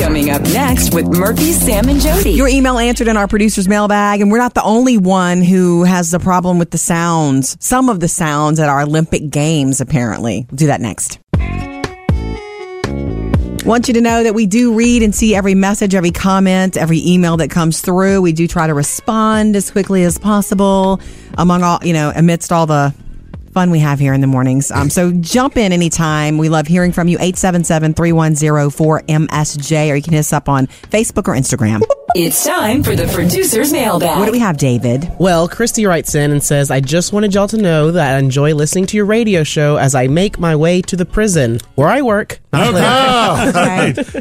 S4: Coming up next with Murphy, Sam, and Jody.
S3: Your email answered in our producer's mailbag, and we're not the only one who has the problem with the sounds. Some of the sounds at our Olympic Games, apparently. We'll do that next. Want you to know that we do read and see every message, every comment, every email that comes through. We do try to respond as quickly as possible among all, you know, amidst all the fun we have here in the mornings. Um, so jump in anytime. We love hearing from you. 877-310-4MSJ or you can hit us up on Facebook or Instagram.
S4: It's time for the producer's mailbag.
S3: What do we have, David?
S5: Well, Christy writes in and says, I just wanted y'all to know that I enjoy listening to your radio show as I make my way to the prison where I work. Not live.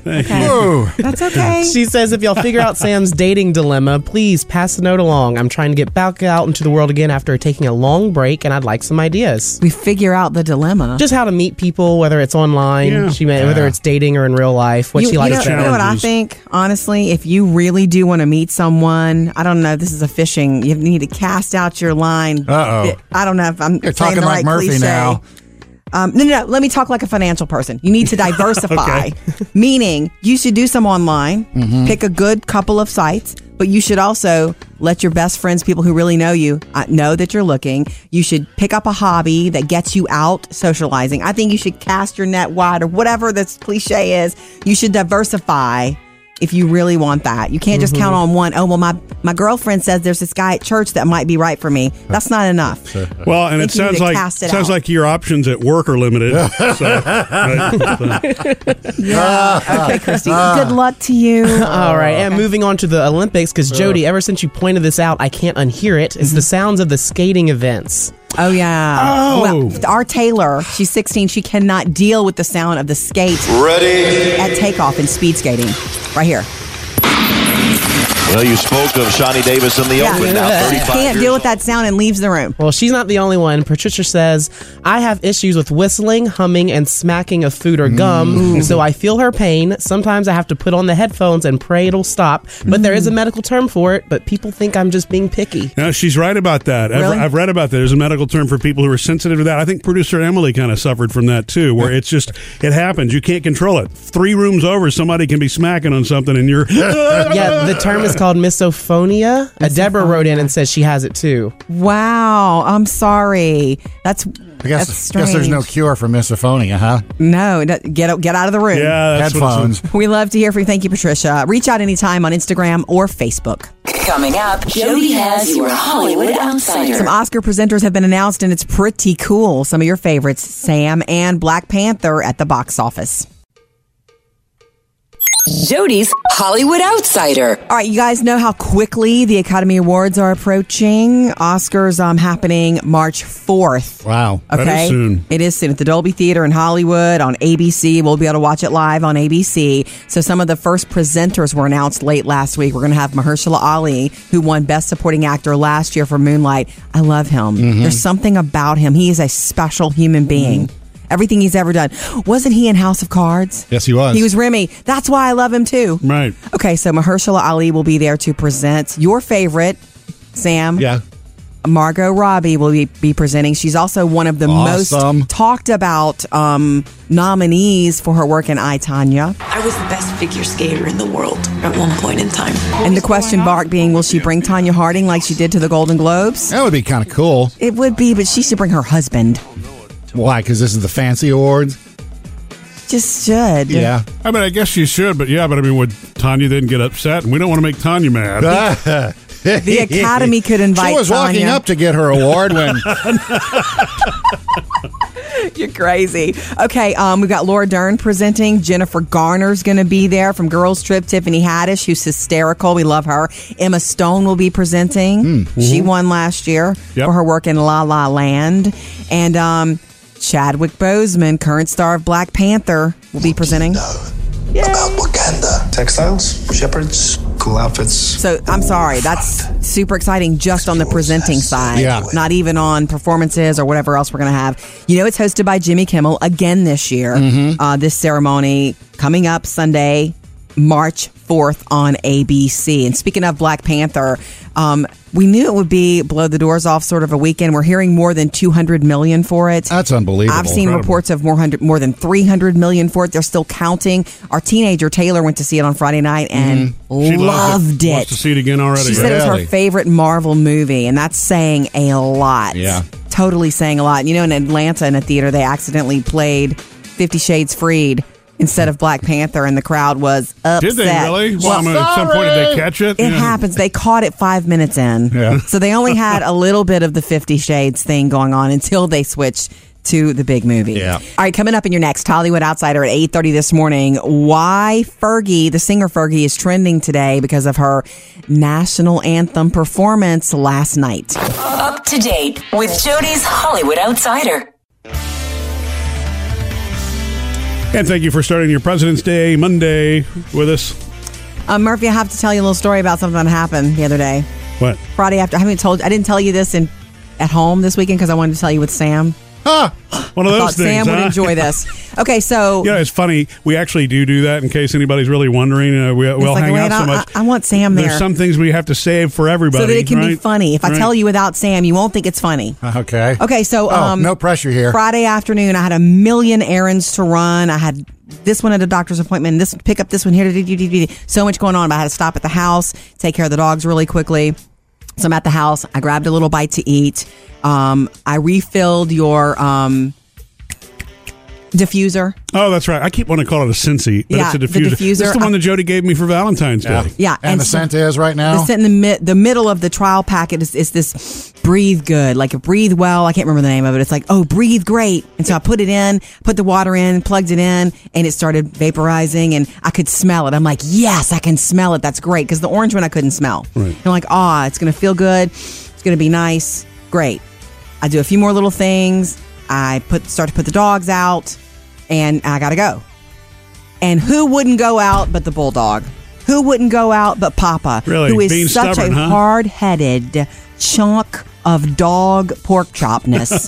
S3: Okay.
S2: Whoa.
S3: That's okay.
S5: She says, if y'all figure out Sam's dating dilemma, please pass the note along. I'm trying to get back out into the world again after taking a long break, and I'd like some ideas.
S3: we figure out the dilemma.
S5: Just how to meet people, whether it's online,
S1: Yeah.
S5: she meant, whether it's dating or in real life, what
S3: you,
S5: she
S3: you
S5: likes
S3: know,
S5: better.
S3: you know what I
S1: challenges.
S3: think? Honestly, if you really really do want to meet someone, I don't know. This is a fishing. You need to cast out your line.
S2: Uh-oh.
S3: I don't know if I'm
S2: You're
S3: saying
S2: talking
S3: the
S2: like
S3: right
S2: Murphy
S3: cliche.
S2: now.
S3: Um, no, no, no. Let me talk like a financial person. You need to diversify,
S2: Okay.
S3: meaning you should do some online,
S5: Mm-hmm.
S2: Mhm.
S3: pick a good couple of sites, but you should also let your best friends, people who really know you, uh, know that you're looking. You should pick up a hobby that gets you out socializing. I think you should cast your net wide or whatever this cliche is. You should diversify if you really want that. You can't just
S11: Mhm.
S3: count
S5: Mm-hmm.
S3: on one. Oh, well, my, my girlfriend says there's this guy at church that might be right for me. That's not enough.
S1: Well, and
S3: I
S1: it
S3: think you need
S1: sounds
S3: to
S1: like
S3: cast it
S1: sounds
S3: out.
S1: like your options at work are limited. so, right, so.
S3: Yeah. okay, Christy.
S5: Ah.
S3: Good luck to you.
S5: All right, and moving on to the Olympics, because Jody, ever since you pointed this out, I can't unhear it. It's the sounds of the skating events.
S3: Oh yeah.
S5: Oh.
S3: Well, our Taylor, she's 16. She cannot deal with the sound of the skate.
S12: Ready?
S3: At takeoff in speed skating, right here.
S12: Well, you spoke of Shawnee Davis in the Open. Now
S3: she
S12: 35
S3: can't
S12: years
S3: deal with that sound and leaves the room.
S5: Well, she's not the only one. Patricia says, I have issues with whistling, humming, and smacking of food or gum, so I feel her pain. Sometimes I have to put on the headphones and pray it'll stop, but there is a medical term for it, but people think I'm just being picky.
S1: No, she's right about that. I've-
S5: Really?
S1: I've, read about that. There's a medical term for people who are sensitive to that. I think producer Emily kind of suffered from that too, where it's just it happens. You can't control it. Three rooms over, somebody can be smacking on something, and you're
S5: yeah, the term is called misophonia. Uh, Deborah wrote in and says she has it too.
S3: Wow. I'm sorry. That's
S2: I guess,
S3: that's
S2: guess there's no
S3: strange.
S2: cure for misophonia, huh?
S3: No, no, get out- get out of the room.
S2: Yeah, Uh, that's what it's- Headphones.
S3: We love to hear from you. Thank you, Patricia. Reach out anytime on Instagram or Facebook.
S4: Coming up, Jody has your Hollywood Outsider.
S3: Some Oscar presenters have been announced, and it's pretty cool. Some of your favorites, Sam and Black Panther, at the box office.
S4: Jody's Hollywood Outsider.
S3: All right, you guys know how quickly the Academy Awards are approaching. Oscars um happening March 4th.
S2: Wow.
S3: Okay. It is soon at the Dolby Theater in Hollywood on ABC. We'll be able to watch it live on ABC. So some of the first presenters were announced late last week. We're going to have Mahershala Ali, who won Best Supporting Actor last year for Moonlight. I love him.
S2: Mm-hmm.
S11: Mhm.
S3: There's something about him. He is a special human being. Everything he's ever done. Wasn't he in House of Cards?
S2: Mm-hmm. Yes, he was.
S3: He was Remy. That's why I love him too.
S1: Right.
S3: Okay, so Mahershala Ali will be there to present your favorite, Sam.
S2: Yeah.
S3: Margot Robbie will be, be presenting. She's also one of the
S2: Awesome.
S3: most talked about um, nominees for her work in I, Tanya.
S13: I was the best figure skater in the world at one point in time.
S3: And the question bark being, will she bring Tanya Harding like she did to the Golden Globes?
S2: That would be kind of cool.
S3: It would be, but she should bring her husband.
S2: Why? Because this is the fancy awards.
S3: Just should.
S1: I mean, I guess you should, but yeah, but I mean, would Tanya then get upset? And we don't want to make Tanya mad.
S3: The Academy could invite
S2: She was walking
S3: Tanya.
S2: up to get her award when
S3: You're crazy. Okay, um, we've got Laura Dern presenting. Jennifer Garner's going to be there from Girls Trip. Tiffany Haddish, who's hysterical. We love her. Emma Stone will be presenting. She
S11: Mhm.
S3: won last year
S11: Yep.
S3: for her work in La La Land. And um, Chadwick Boseman, current star of Black Panther, will be presenting.
S7: About Wakanda. Textiles, shepherds, cool outfits.
S3: So I'm sorry, that's super exciting just on the presenting side.
S7: Yeah.
S3: Not even on performances or whatever else we're going to have. You know, it's hosted by Jimmy Kimmel again this year. Uh, this ceremony coming up Sunday, March 4th on ABC. And speaking of Black Panther, um, we knew it would be blow the doors off sort of a weekend. We're hearing more than 200 million for it.
S2: That's unbelievable.
S3: I've seen
S2: Incredible.
S3: reports of more hundred, more than 300 million for it. They're still counting. Our teenager Taylor went to see it on Friday night and
S1: Mm-hmm. She
S3: loved it.
S1: Wants to see it again already.
S3: She said it was her favorite Marvel movie, and that's saying a lot.
S1: Yeah.
S3: Totally saying a lot. You know, in Atlanta in a theater, they accidentally played Fifty Shades Freed instead of Black Panther, and the crowd was upset.
S1: Did they really? Well, I mean, at some point, did they catch it?
S3: It
S1: Yeah.
S3: happens. They caught it five minutes in.
S1: Yeah.
S3: So they only had a little bit of the Fifty Shades thing going on until they switched to the big movie. Yeah. All right, coming up in your next Hollywood Outsider at 8:30 this morning, why Fergie, the singer Fergie is trending today because of her national anthem performance last night.
S4: Up to date with Jody's Hollywood Outsider.
S1: And thank you for starting your President's Day Monday with us.
S3: Um, Murphy, I have to tell you a little story about something that happened the other day.
S1: What?
S3: Friday after I haven't told I didn't tell you this in at home this weekend because I wanted to tell you with Sam.
S1: One of those
S3: I thought
S1: things.
S3: Sam would
S1: huh?
S3: enjoy this. Okay, so
S1: You know, it's funny. We actually do do that in case anybody's really wondering. You know, we,
S3: it's
S1: we'll
S3: like,
S1: hang
S3: wait,
S1: out so
S3: I-
S1: much.
S3: I, I want Sam there.
S1: There's some things we have to save for everybody.
S3: so that it can be
S1: right?
S3: funny. If I
S1: Right.
S3: tell you without Sam, you won't think it's funny.
S2: Okay.
S3: Uh, Okay, so
S2: Oh,
S3: um,
S2: no pressure here.
S3: Friday afternoon, I had a million errands to run. I had this one at a doctor's appointment, this pick up this one here. So much going on, but I had to stop at the house, take care of the dogs really quickly. So I'm at the house. I grabbed a little bite to eat. Um, I refilled your um, diffuser.
S1: Oh, that's right. I keep wanting to call it a Cincy, but
S3: Yeah,
S1: it's a
S3: the
S1: diffuser.
S3: diffuser.
S1: It's the one that Jody gave me for Valentine's Day.
S3: Yeah, so- The scent in the mid, the middle of the trial packet is, is this breathe good, like a breathe well. I can't remember the name of it. It's like oh, breathe great. And so I put it in, put the water in, plugged it in, and it started vaporizing, and I could smell it. I'm like, yes, I can smell it. That's great because the orange one I couldn't smell.
S11: Right.
S3: And I'm like, ah, it's gonna feel good. It's gonna be nice. Great. I do a few more little things. I put start to put the dogs out, and I gotta go. And who wouldn't go out but the bulldog? Who wouldn't go out but Papa?
S1: Really?
S3: Who is
S1: Being
S3: such
S1: stubborn,
S3: a
S1: huh?
S3: hard-headed chunk of dog pork chopness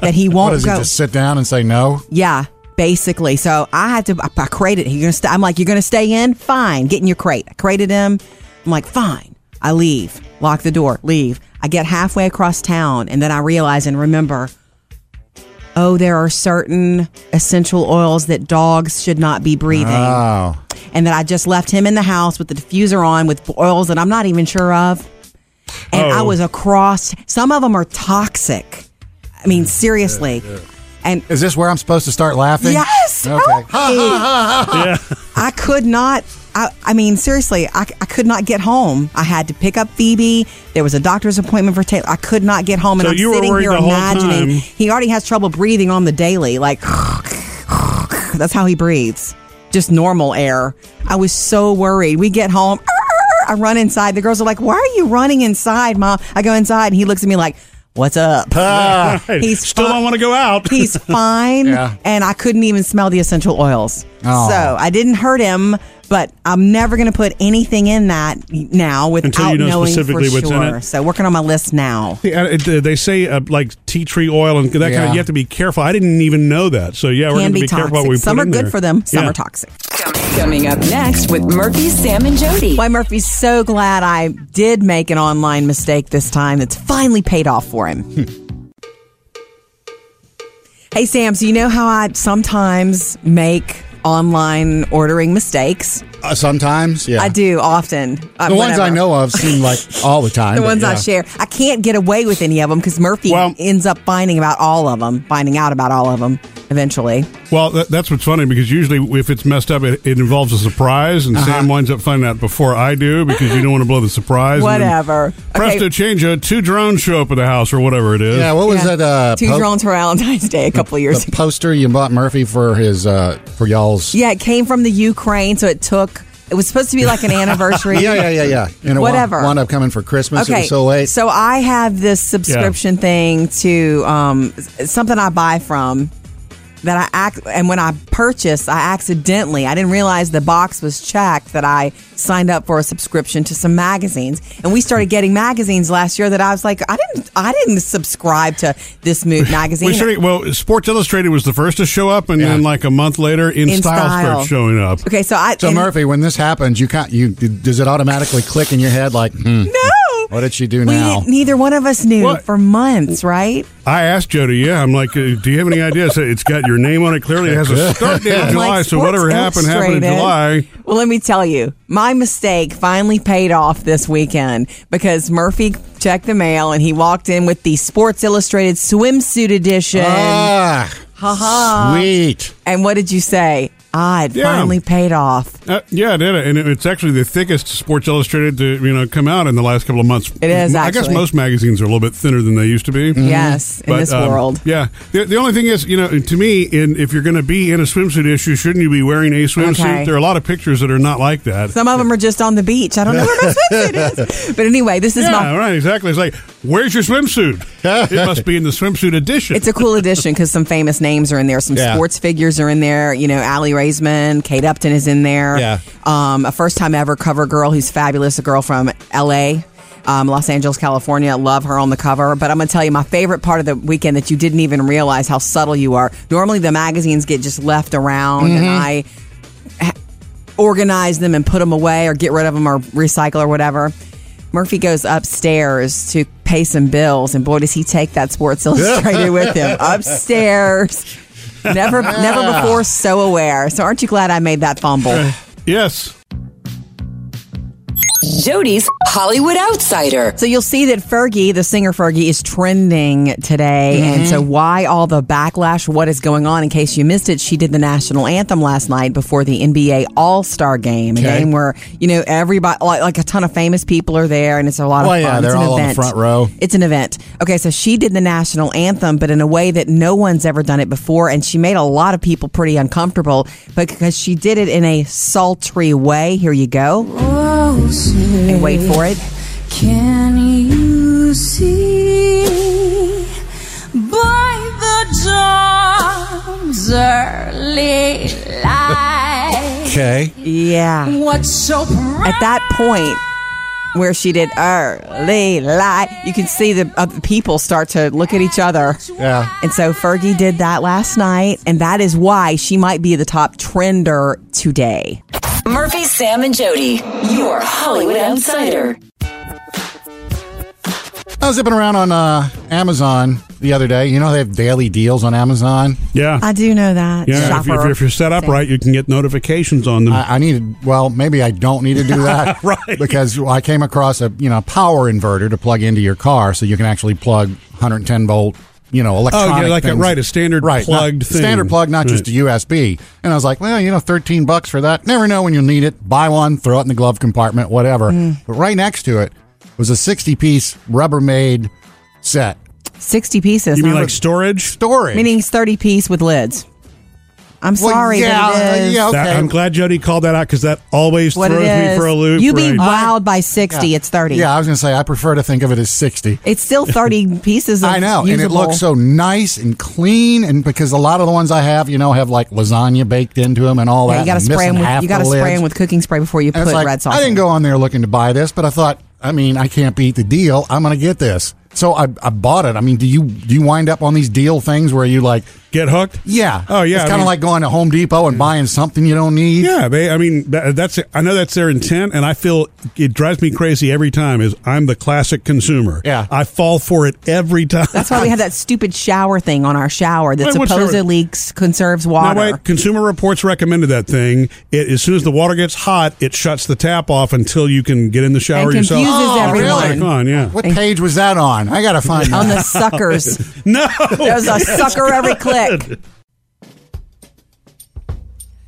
S3: that he
S2: What,
S3: won't
S2: does
S3: go.
S2: he just sit down and say no?
S3: yeah, basically. So I had to. I, I crated. You're gonna. St- I'm like, you're gonna stay in. Fine. Get in your crate. I crated him. I'm like, fine. I leave. Lock the door. Leave. I get halfway across town, and then I realize and remember. Oh, there are certain essential oils that dogs should not be breathing
S2: Oh.
S3: and that I just left him in the house with the diffuser on with oils that I'm not even sure of. And I
S11: Oh.
S3: was across. Some of them are toxic. I mean, seriously. And
S2: is this where I'm supposed to start laughing?
S3: Yes.
S2: Okay.
S3: help me. I could not. I, I mean, seriously, I, I could not get home. I had to pick up Phoebe. There was a doctor's appointment for Taylor. I could not get home, and
S1: So
S3: I'm
S1: you were
S3: sitting
S1: worried
S3: here
S1: the whole
S3: imagining
S1: time.
S3: he already has trouble breathing on the daily. Like that's how he breathes, just normal air. I was so worried. We get home. I run inside. The girls are like, "Why are you running inside, mom?" I go inside, and he looks at me like, "What's up?"
S1: Ah, right.
S3: he's
S1: Still don't wanna go out.
S3: he's fine,
S1: Yeah.
S3: and I couldn't even smell the essential oils.
S1: Oh.
S3: So I didn't hurt him, but I'm never going to put anything in that now without
S1: Until you know
S3: knowing
S1: specifically
S3: for
S1: what's in
S3: sure.
S1: it.
S3: So working on my list now.
S1: Yeah, it- uh, they say uh, like tea tree oil and that kind
S3: Yeah.
S1: of. You have to be careful. I didn't even know that. So yeah, we're
S3: Can
S1: going to
S3: be
S1: be, careful what
S3: toxic.
S1: we
S3: Some
S1: put
S3: are
S1: in
S3: good
S1: there.
S3: for them, some
S1: Yeah.
S3: are toxic.
S4: Coming up next with Murphy, Sam, and Jody.
S3: Why Murphy's so glad I did make an online mistake this time. That's finally paid off for him. hey Sam, so you know how I sometimes make online ordering mistakes?
S2: Uh, sometimes, yeah.
S3: I do often. Uh,
S2: the ones I
S3: whenever.
S2: know of seem like all the time.
S3: the
S2: but
S3: ones I
S2: yeah.
S3: share. I can't get away with any of them because Murphy ends up finding about all of them, finding out about all of them eventually.
S1: Well, that, that's what's funny because usually if it's messed up, it, it involves a surprise,
S3: Uh-huh.
S1: and Sam winds up finding out before I do because you don't want to blow the surprise. and then
S3: Whatever.
S1: Presto change, uh, two drones show up at the house or whatever it is.
S2: Yeah, what was
S3: Yeah.
S2: that? Uh,
S3: Two
S2: po-
S3: drones for Valentine's Day a couple of years
S2: The poster you bought Murphy for his uh, for y'all's.
S3: Yeah, it came from the Ukraine, so it took. It was supposed to be like an anniversary.
S2: yeah, yeah, yeah, yeah. And it
S3: Whatever.
S2: Wound, wound up coming for Christmas. It
S3: Okay,
S2: was so late.
S3: so I have this subscription thing to um, s- something I buy from that I act, and when I purchased, I accidentally I didn't realize the box was checked that I signed up for a subscription to some magazines, and we started getting magazines last year that I was like, I didn't, I didn't subscribe to this mood magazine.
S1: We started, well, Sports Illustrated was the first to show up, and then like a month later, In,
S3: In
S1: Style,
S3: Style.
S1: starts showing up.
S3: okay, so I
S2: So
S3: and-
S2: Murphy, when this happens, you can't. You does it automatically click in your head like, hmm,
S3: no?
S2: What did she do
S3: We
S2: now?
S3: didn't, neither one of us knew for months, right?
S1: I asked Jody, yeah, I'm like, uh, do you have any ideas? It's got your name on it clearly. It has a start date of
S3: I'm
S1: July,
S3: like,
S1: so whatever
S3: Sports
S1: happened, happened in
S3: Illustrated.
S1: July.
S3: Well, let me tell you, my mistake finally paid off this weekend because Murphy checked the mail and he walked in with the Sports Illustrated swimsuit edition.
S2: Ah,
S3: Ha-ha.
S2: sweet.
S3: And what did you say? Ah, it
S1: Yeah.
S3: finally paid off.
S1: Uh, yeah, I did it, and it, it's actually the thickest Sports Illustrated to you know come out in the last couple of months.
S3: It is,
S1: I guess
S3: actually.
S1: most magazines are a little bit thinner than they used to be. Mm-hmm. um,
S3: Yes, in this world.
S1: Yeah, the, the only thing is, you know, to me, in, if you're going to be in a swimsuit issue, shouldn't you be wearing a swimsuit?
S3: Okay.
S1: There are a lot of pictures that are not like that.
S3: Some of them are just on the beach. I don't know where my swimsuit is. But anyway, this is
S1: yeah,
S3: my.
S1: right, exactly. It's like, where's your swimsuit? it must be in the swimsuit edition.
S3: It's a cool edition because some famous names are in there. Some
S1: Yeah.
S3: sports figures are in there. You know, Allie Raisman, Kate Upton is in there.
S1: Yeah.
S3: Um, a first time ever cover girl who's fabulous, a girl from L.A. um, Los Angeles, California. Love her on the cover. But I'm going to tell you my favorite part of the weekend that you didn't even realize how subtle you are. Normally, the magazines get just left around, and
S11: Mhm.
S3: I ha- organize them and put them away or get rid of them or recycle or whatever. Murphy goes upstairs to pay some bills, and boy, does he take that Sports Illustrated with him upstairs. Never, never before so aware. So, aren't you glad I made that fumble?
S1: Yes.
S3: Jody's Hollywood Outsider. So you'll see that Fergie, the singer Fergie, is trending today. And
S2: Mm-hmm.
S11: Mhm.
S3: so, why all the backlash? What is going on? In case you missed it, she did the national anthem last night before the NBA All Star game, a
S2: Okay.
S3: game where, you know, everybody, like, like a ton of famous people are there and it's a lot
S2: Oh,
S3: of fun.
S2: yeah,
S3: It's
S2: they're
S3: an
S2: all on the
S3: event.
S2: front row.
S3: It's an event. Okay, so she did the national anthem, but in a way that no one's ever done it before, and she made a lot of people pretty uncomfortable because she did it in a sultry way. Here you go. And wait for it.
S8: Can you see by the dawn's early light?
S2: Okay.
S3: Yeah.
S8: What's so
S3: At that point where she did early light, you can see the other people start to look at each other.
S2: Yeah.
S3: And so Fergie did that last night, and that is why she might be the top trender today.
S4: Murphy, Sam, and Jody, your Hollywood Outsider.
S2: I was zipping around on uh, Amazon the other day. You know, they have daily deals on Amazon.
S1: Yeah.
S3: I do know that.
S1: Yeah, if, you- if you're- if you're set up right, you can get notifications on
S3: Uh,
S1: them.
S2: I, I needed, well, maybe I don't need to do that. right. Because I came across a, you know, power inverter to plug into your car so you can actually plug 110 volt, you know, electronic.
S1: Oh, yeah, like a-
S2: things.
S1: right, a standard
S2: Right, not-
S1: plugged thing.
S2: Standard plug, not just a
S1: Right.
S2: USB. And I was like, well, you know, 13 bucks for that. Never know when you'll need it. Buy one, throw it in the glove compartment, whatever. But right next to it was a 60 piece Rubbermaid set.
S3: 60 pieces.
S2: You mean
S3: Now,
S2: like
S1: storage?
S2: Storage.
S3: Meaning it's 30 piece with lids. I'm
S2: Well,
S3: sorry.
S2: yeah, uh,
S3: but it is.
S2: yeah,
S1: That- I'm glad Jody called that out because that always
S3: What it
S1: throws me
S3: is.
S1: for a loop.
S3: You be
S1: right?
S3: wowed by 60,
S2: Yeah.
S3: it's 30.
S2: Yeah, I was going to say, I prefer to think of it as 60.
S3: It's still 30 pieces of
S2: I know, and it
S3: usable-
S2: looks so nice and clean. And because a lot of the ones I have, you know, have like lasagna baked into them and all
S3: Yeah,
S2: that.
S3: you got
S2: I'm
S3: to spray
S2: missing
S3: them with
S2: half
S3: you got to
S2: the
S3: spray
S2: lids.
S3: 'em with cooking spray before you
S2: And
S3: put
S2: it's like,
S3: red sauce.
S2: I didn't
S3: in.
S2: go on there looking to buy this, but I thought, I mean, I can't beat the deal. I'm going to get this, so I, I bought it. I mean, do you do you wind up on these deal things where you like
S1: get hooked?
S2: Yeah.
S1: Oh, yeah,
S2: It's
S1: I
S2: kind of
S1: mean-
S2: like going to Home Depot and buying something you don't need.
S1: Yeah, they. I mean, that, that's. I know that's their intent, and I feel it drives me crazy every time. Is I'm the classic consumer. Yeah, I fall for it every time.
S3: That's why we have that stupid shower thing on our shower that
S1: Wait, what shower?
S3: supposedly s- conserves water.
S1: No, wait. Consumer Reports recommended that thing. It, as soon as the water gets hot, it shuts the tap off until you can get in the shower
S3: And
S1: yourself.
S3: confuses Oh,
S2: everyone.
S1: Back on, yeah.
S2: What page was that on? I got to find
S3: On
S2: that.
S3: the suckers.
S1: no,
S3: There's a sucker every click.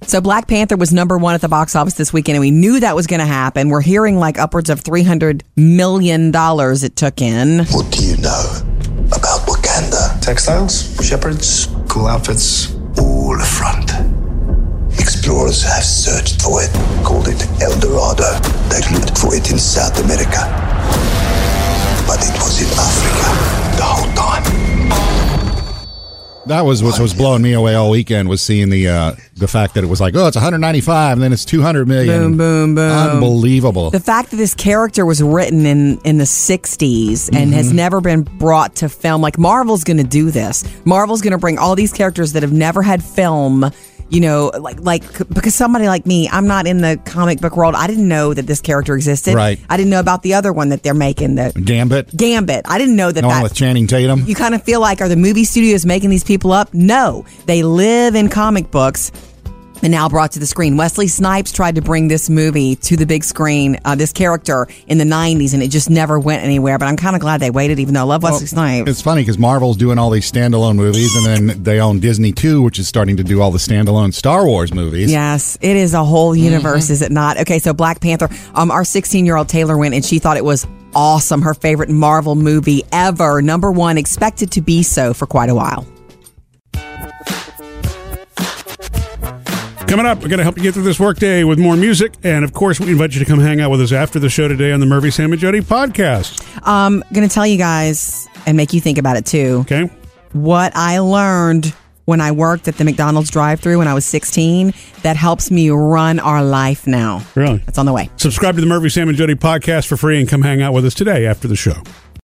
S3: So Black Panther was number one at the box office this weekend, and we knew that was going to happen. We're hearing like upwards of three hundred million dollars it took in.
S7: You know about Wakanda. Textiles, shepherds, cool outfits, all the front. Explorers have searched for it, called it El Dorado. They looked for it in South America. But it was in Africa the whole time.
S2: That was what was blowing me away all weekend was seeing the uh, the fact that it was like, oh, it's 195, and then it's 200 million.
S3: Boom, boom, boom.
S2: Unbelievable.
S3: The fact that this character was written in in the 60s and
S2: Mm-hmm.
S3: has never been brought to film, like Marvel's going to do this. Marvel's going to bring all these characters that have never had film. You know, like like because somebody like me, I'm not in the comic book world. I didn't know that this character existed.
S2: Right.
S3: I didn't know about the other one that they're making the
S2: Gambit,
S3: Gambit. I didn't know that
S2: the one
S3: that
S2: with Channing Tatum.
S3: you kind of feel like are the movie studios making these people up? No, they live in comic books. And now brought to the screen. Wesley Snipes tried to bring this movie to the big screen, uh, this character in the 90s, and it just never went anywhere. But I'm kind of glad they waited, even though I love Wesley Snipes.
S2: It's funny because Marvel's doing all these standalone movies, and then they own Disney too, which is starting to do all the standalone Star Wars movies.
S3: Yes, it is a whole universe, is it not? Okay, so Black Panther. Um, our 16 year old Taylor went and she thought it was awesome. Her favorite Marvel movie ever. Number one, expected to be so for quite a while.
S1: Coming up, we're going to help you get through this workday with more music. And of course, we invite you to come hang out with us after the show today on the Murphy, Sam, and Jody podcast.
S3: Um, gonna tell you guys and make you think about it too.
S1: Okay.
S3: What I learned when I worked at the McDonald's drive-through when I was 16. That helps me run our life now.
S1: Really?
S3: That's on the way.
S1: Subscribe to the Murphy, Sam, and Jody podcast for free and come hang out with us today after the show.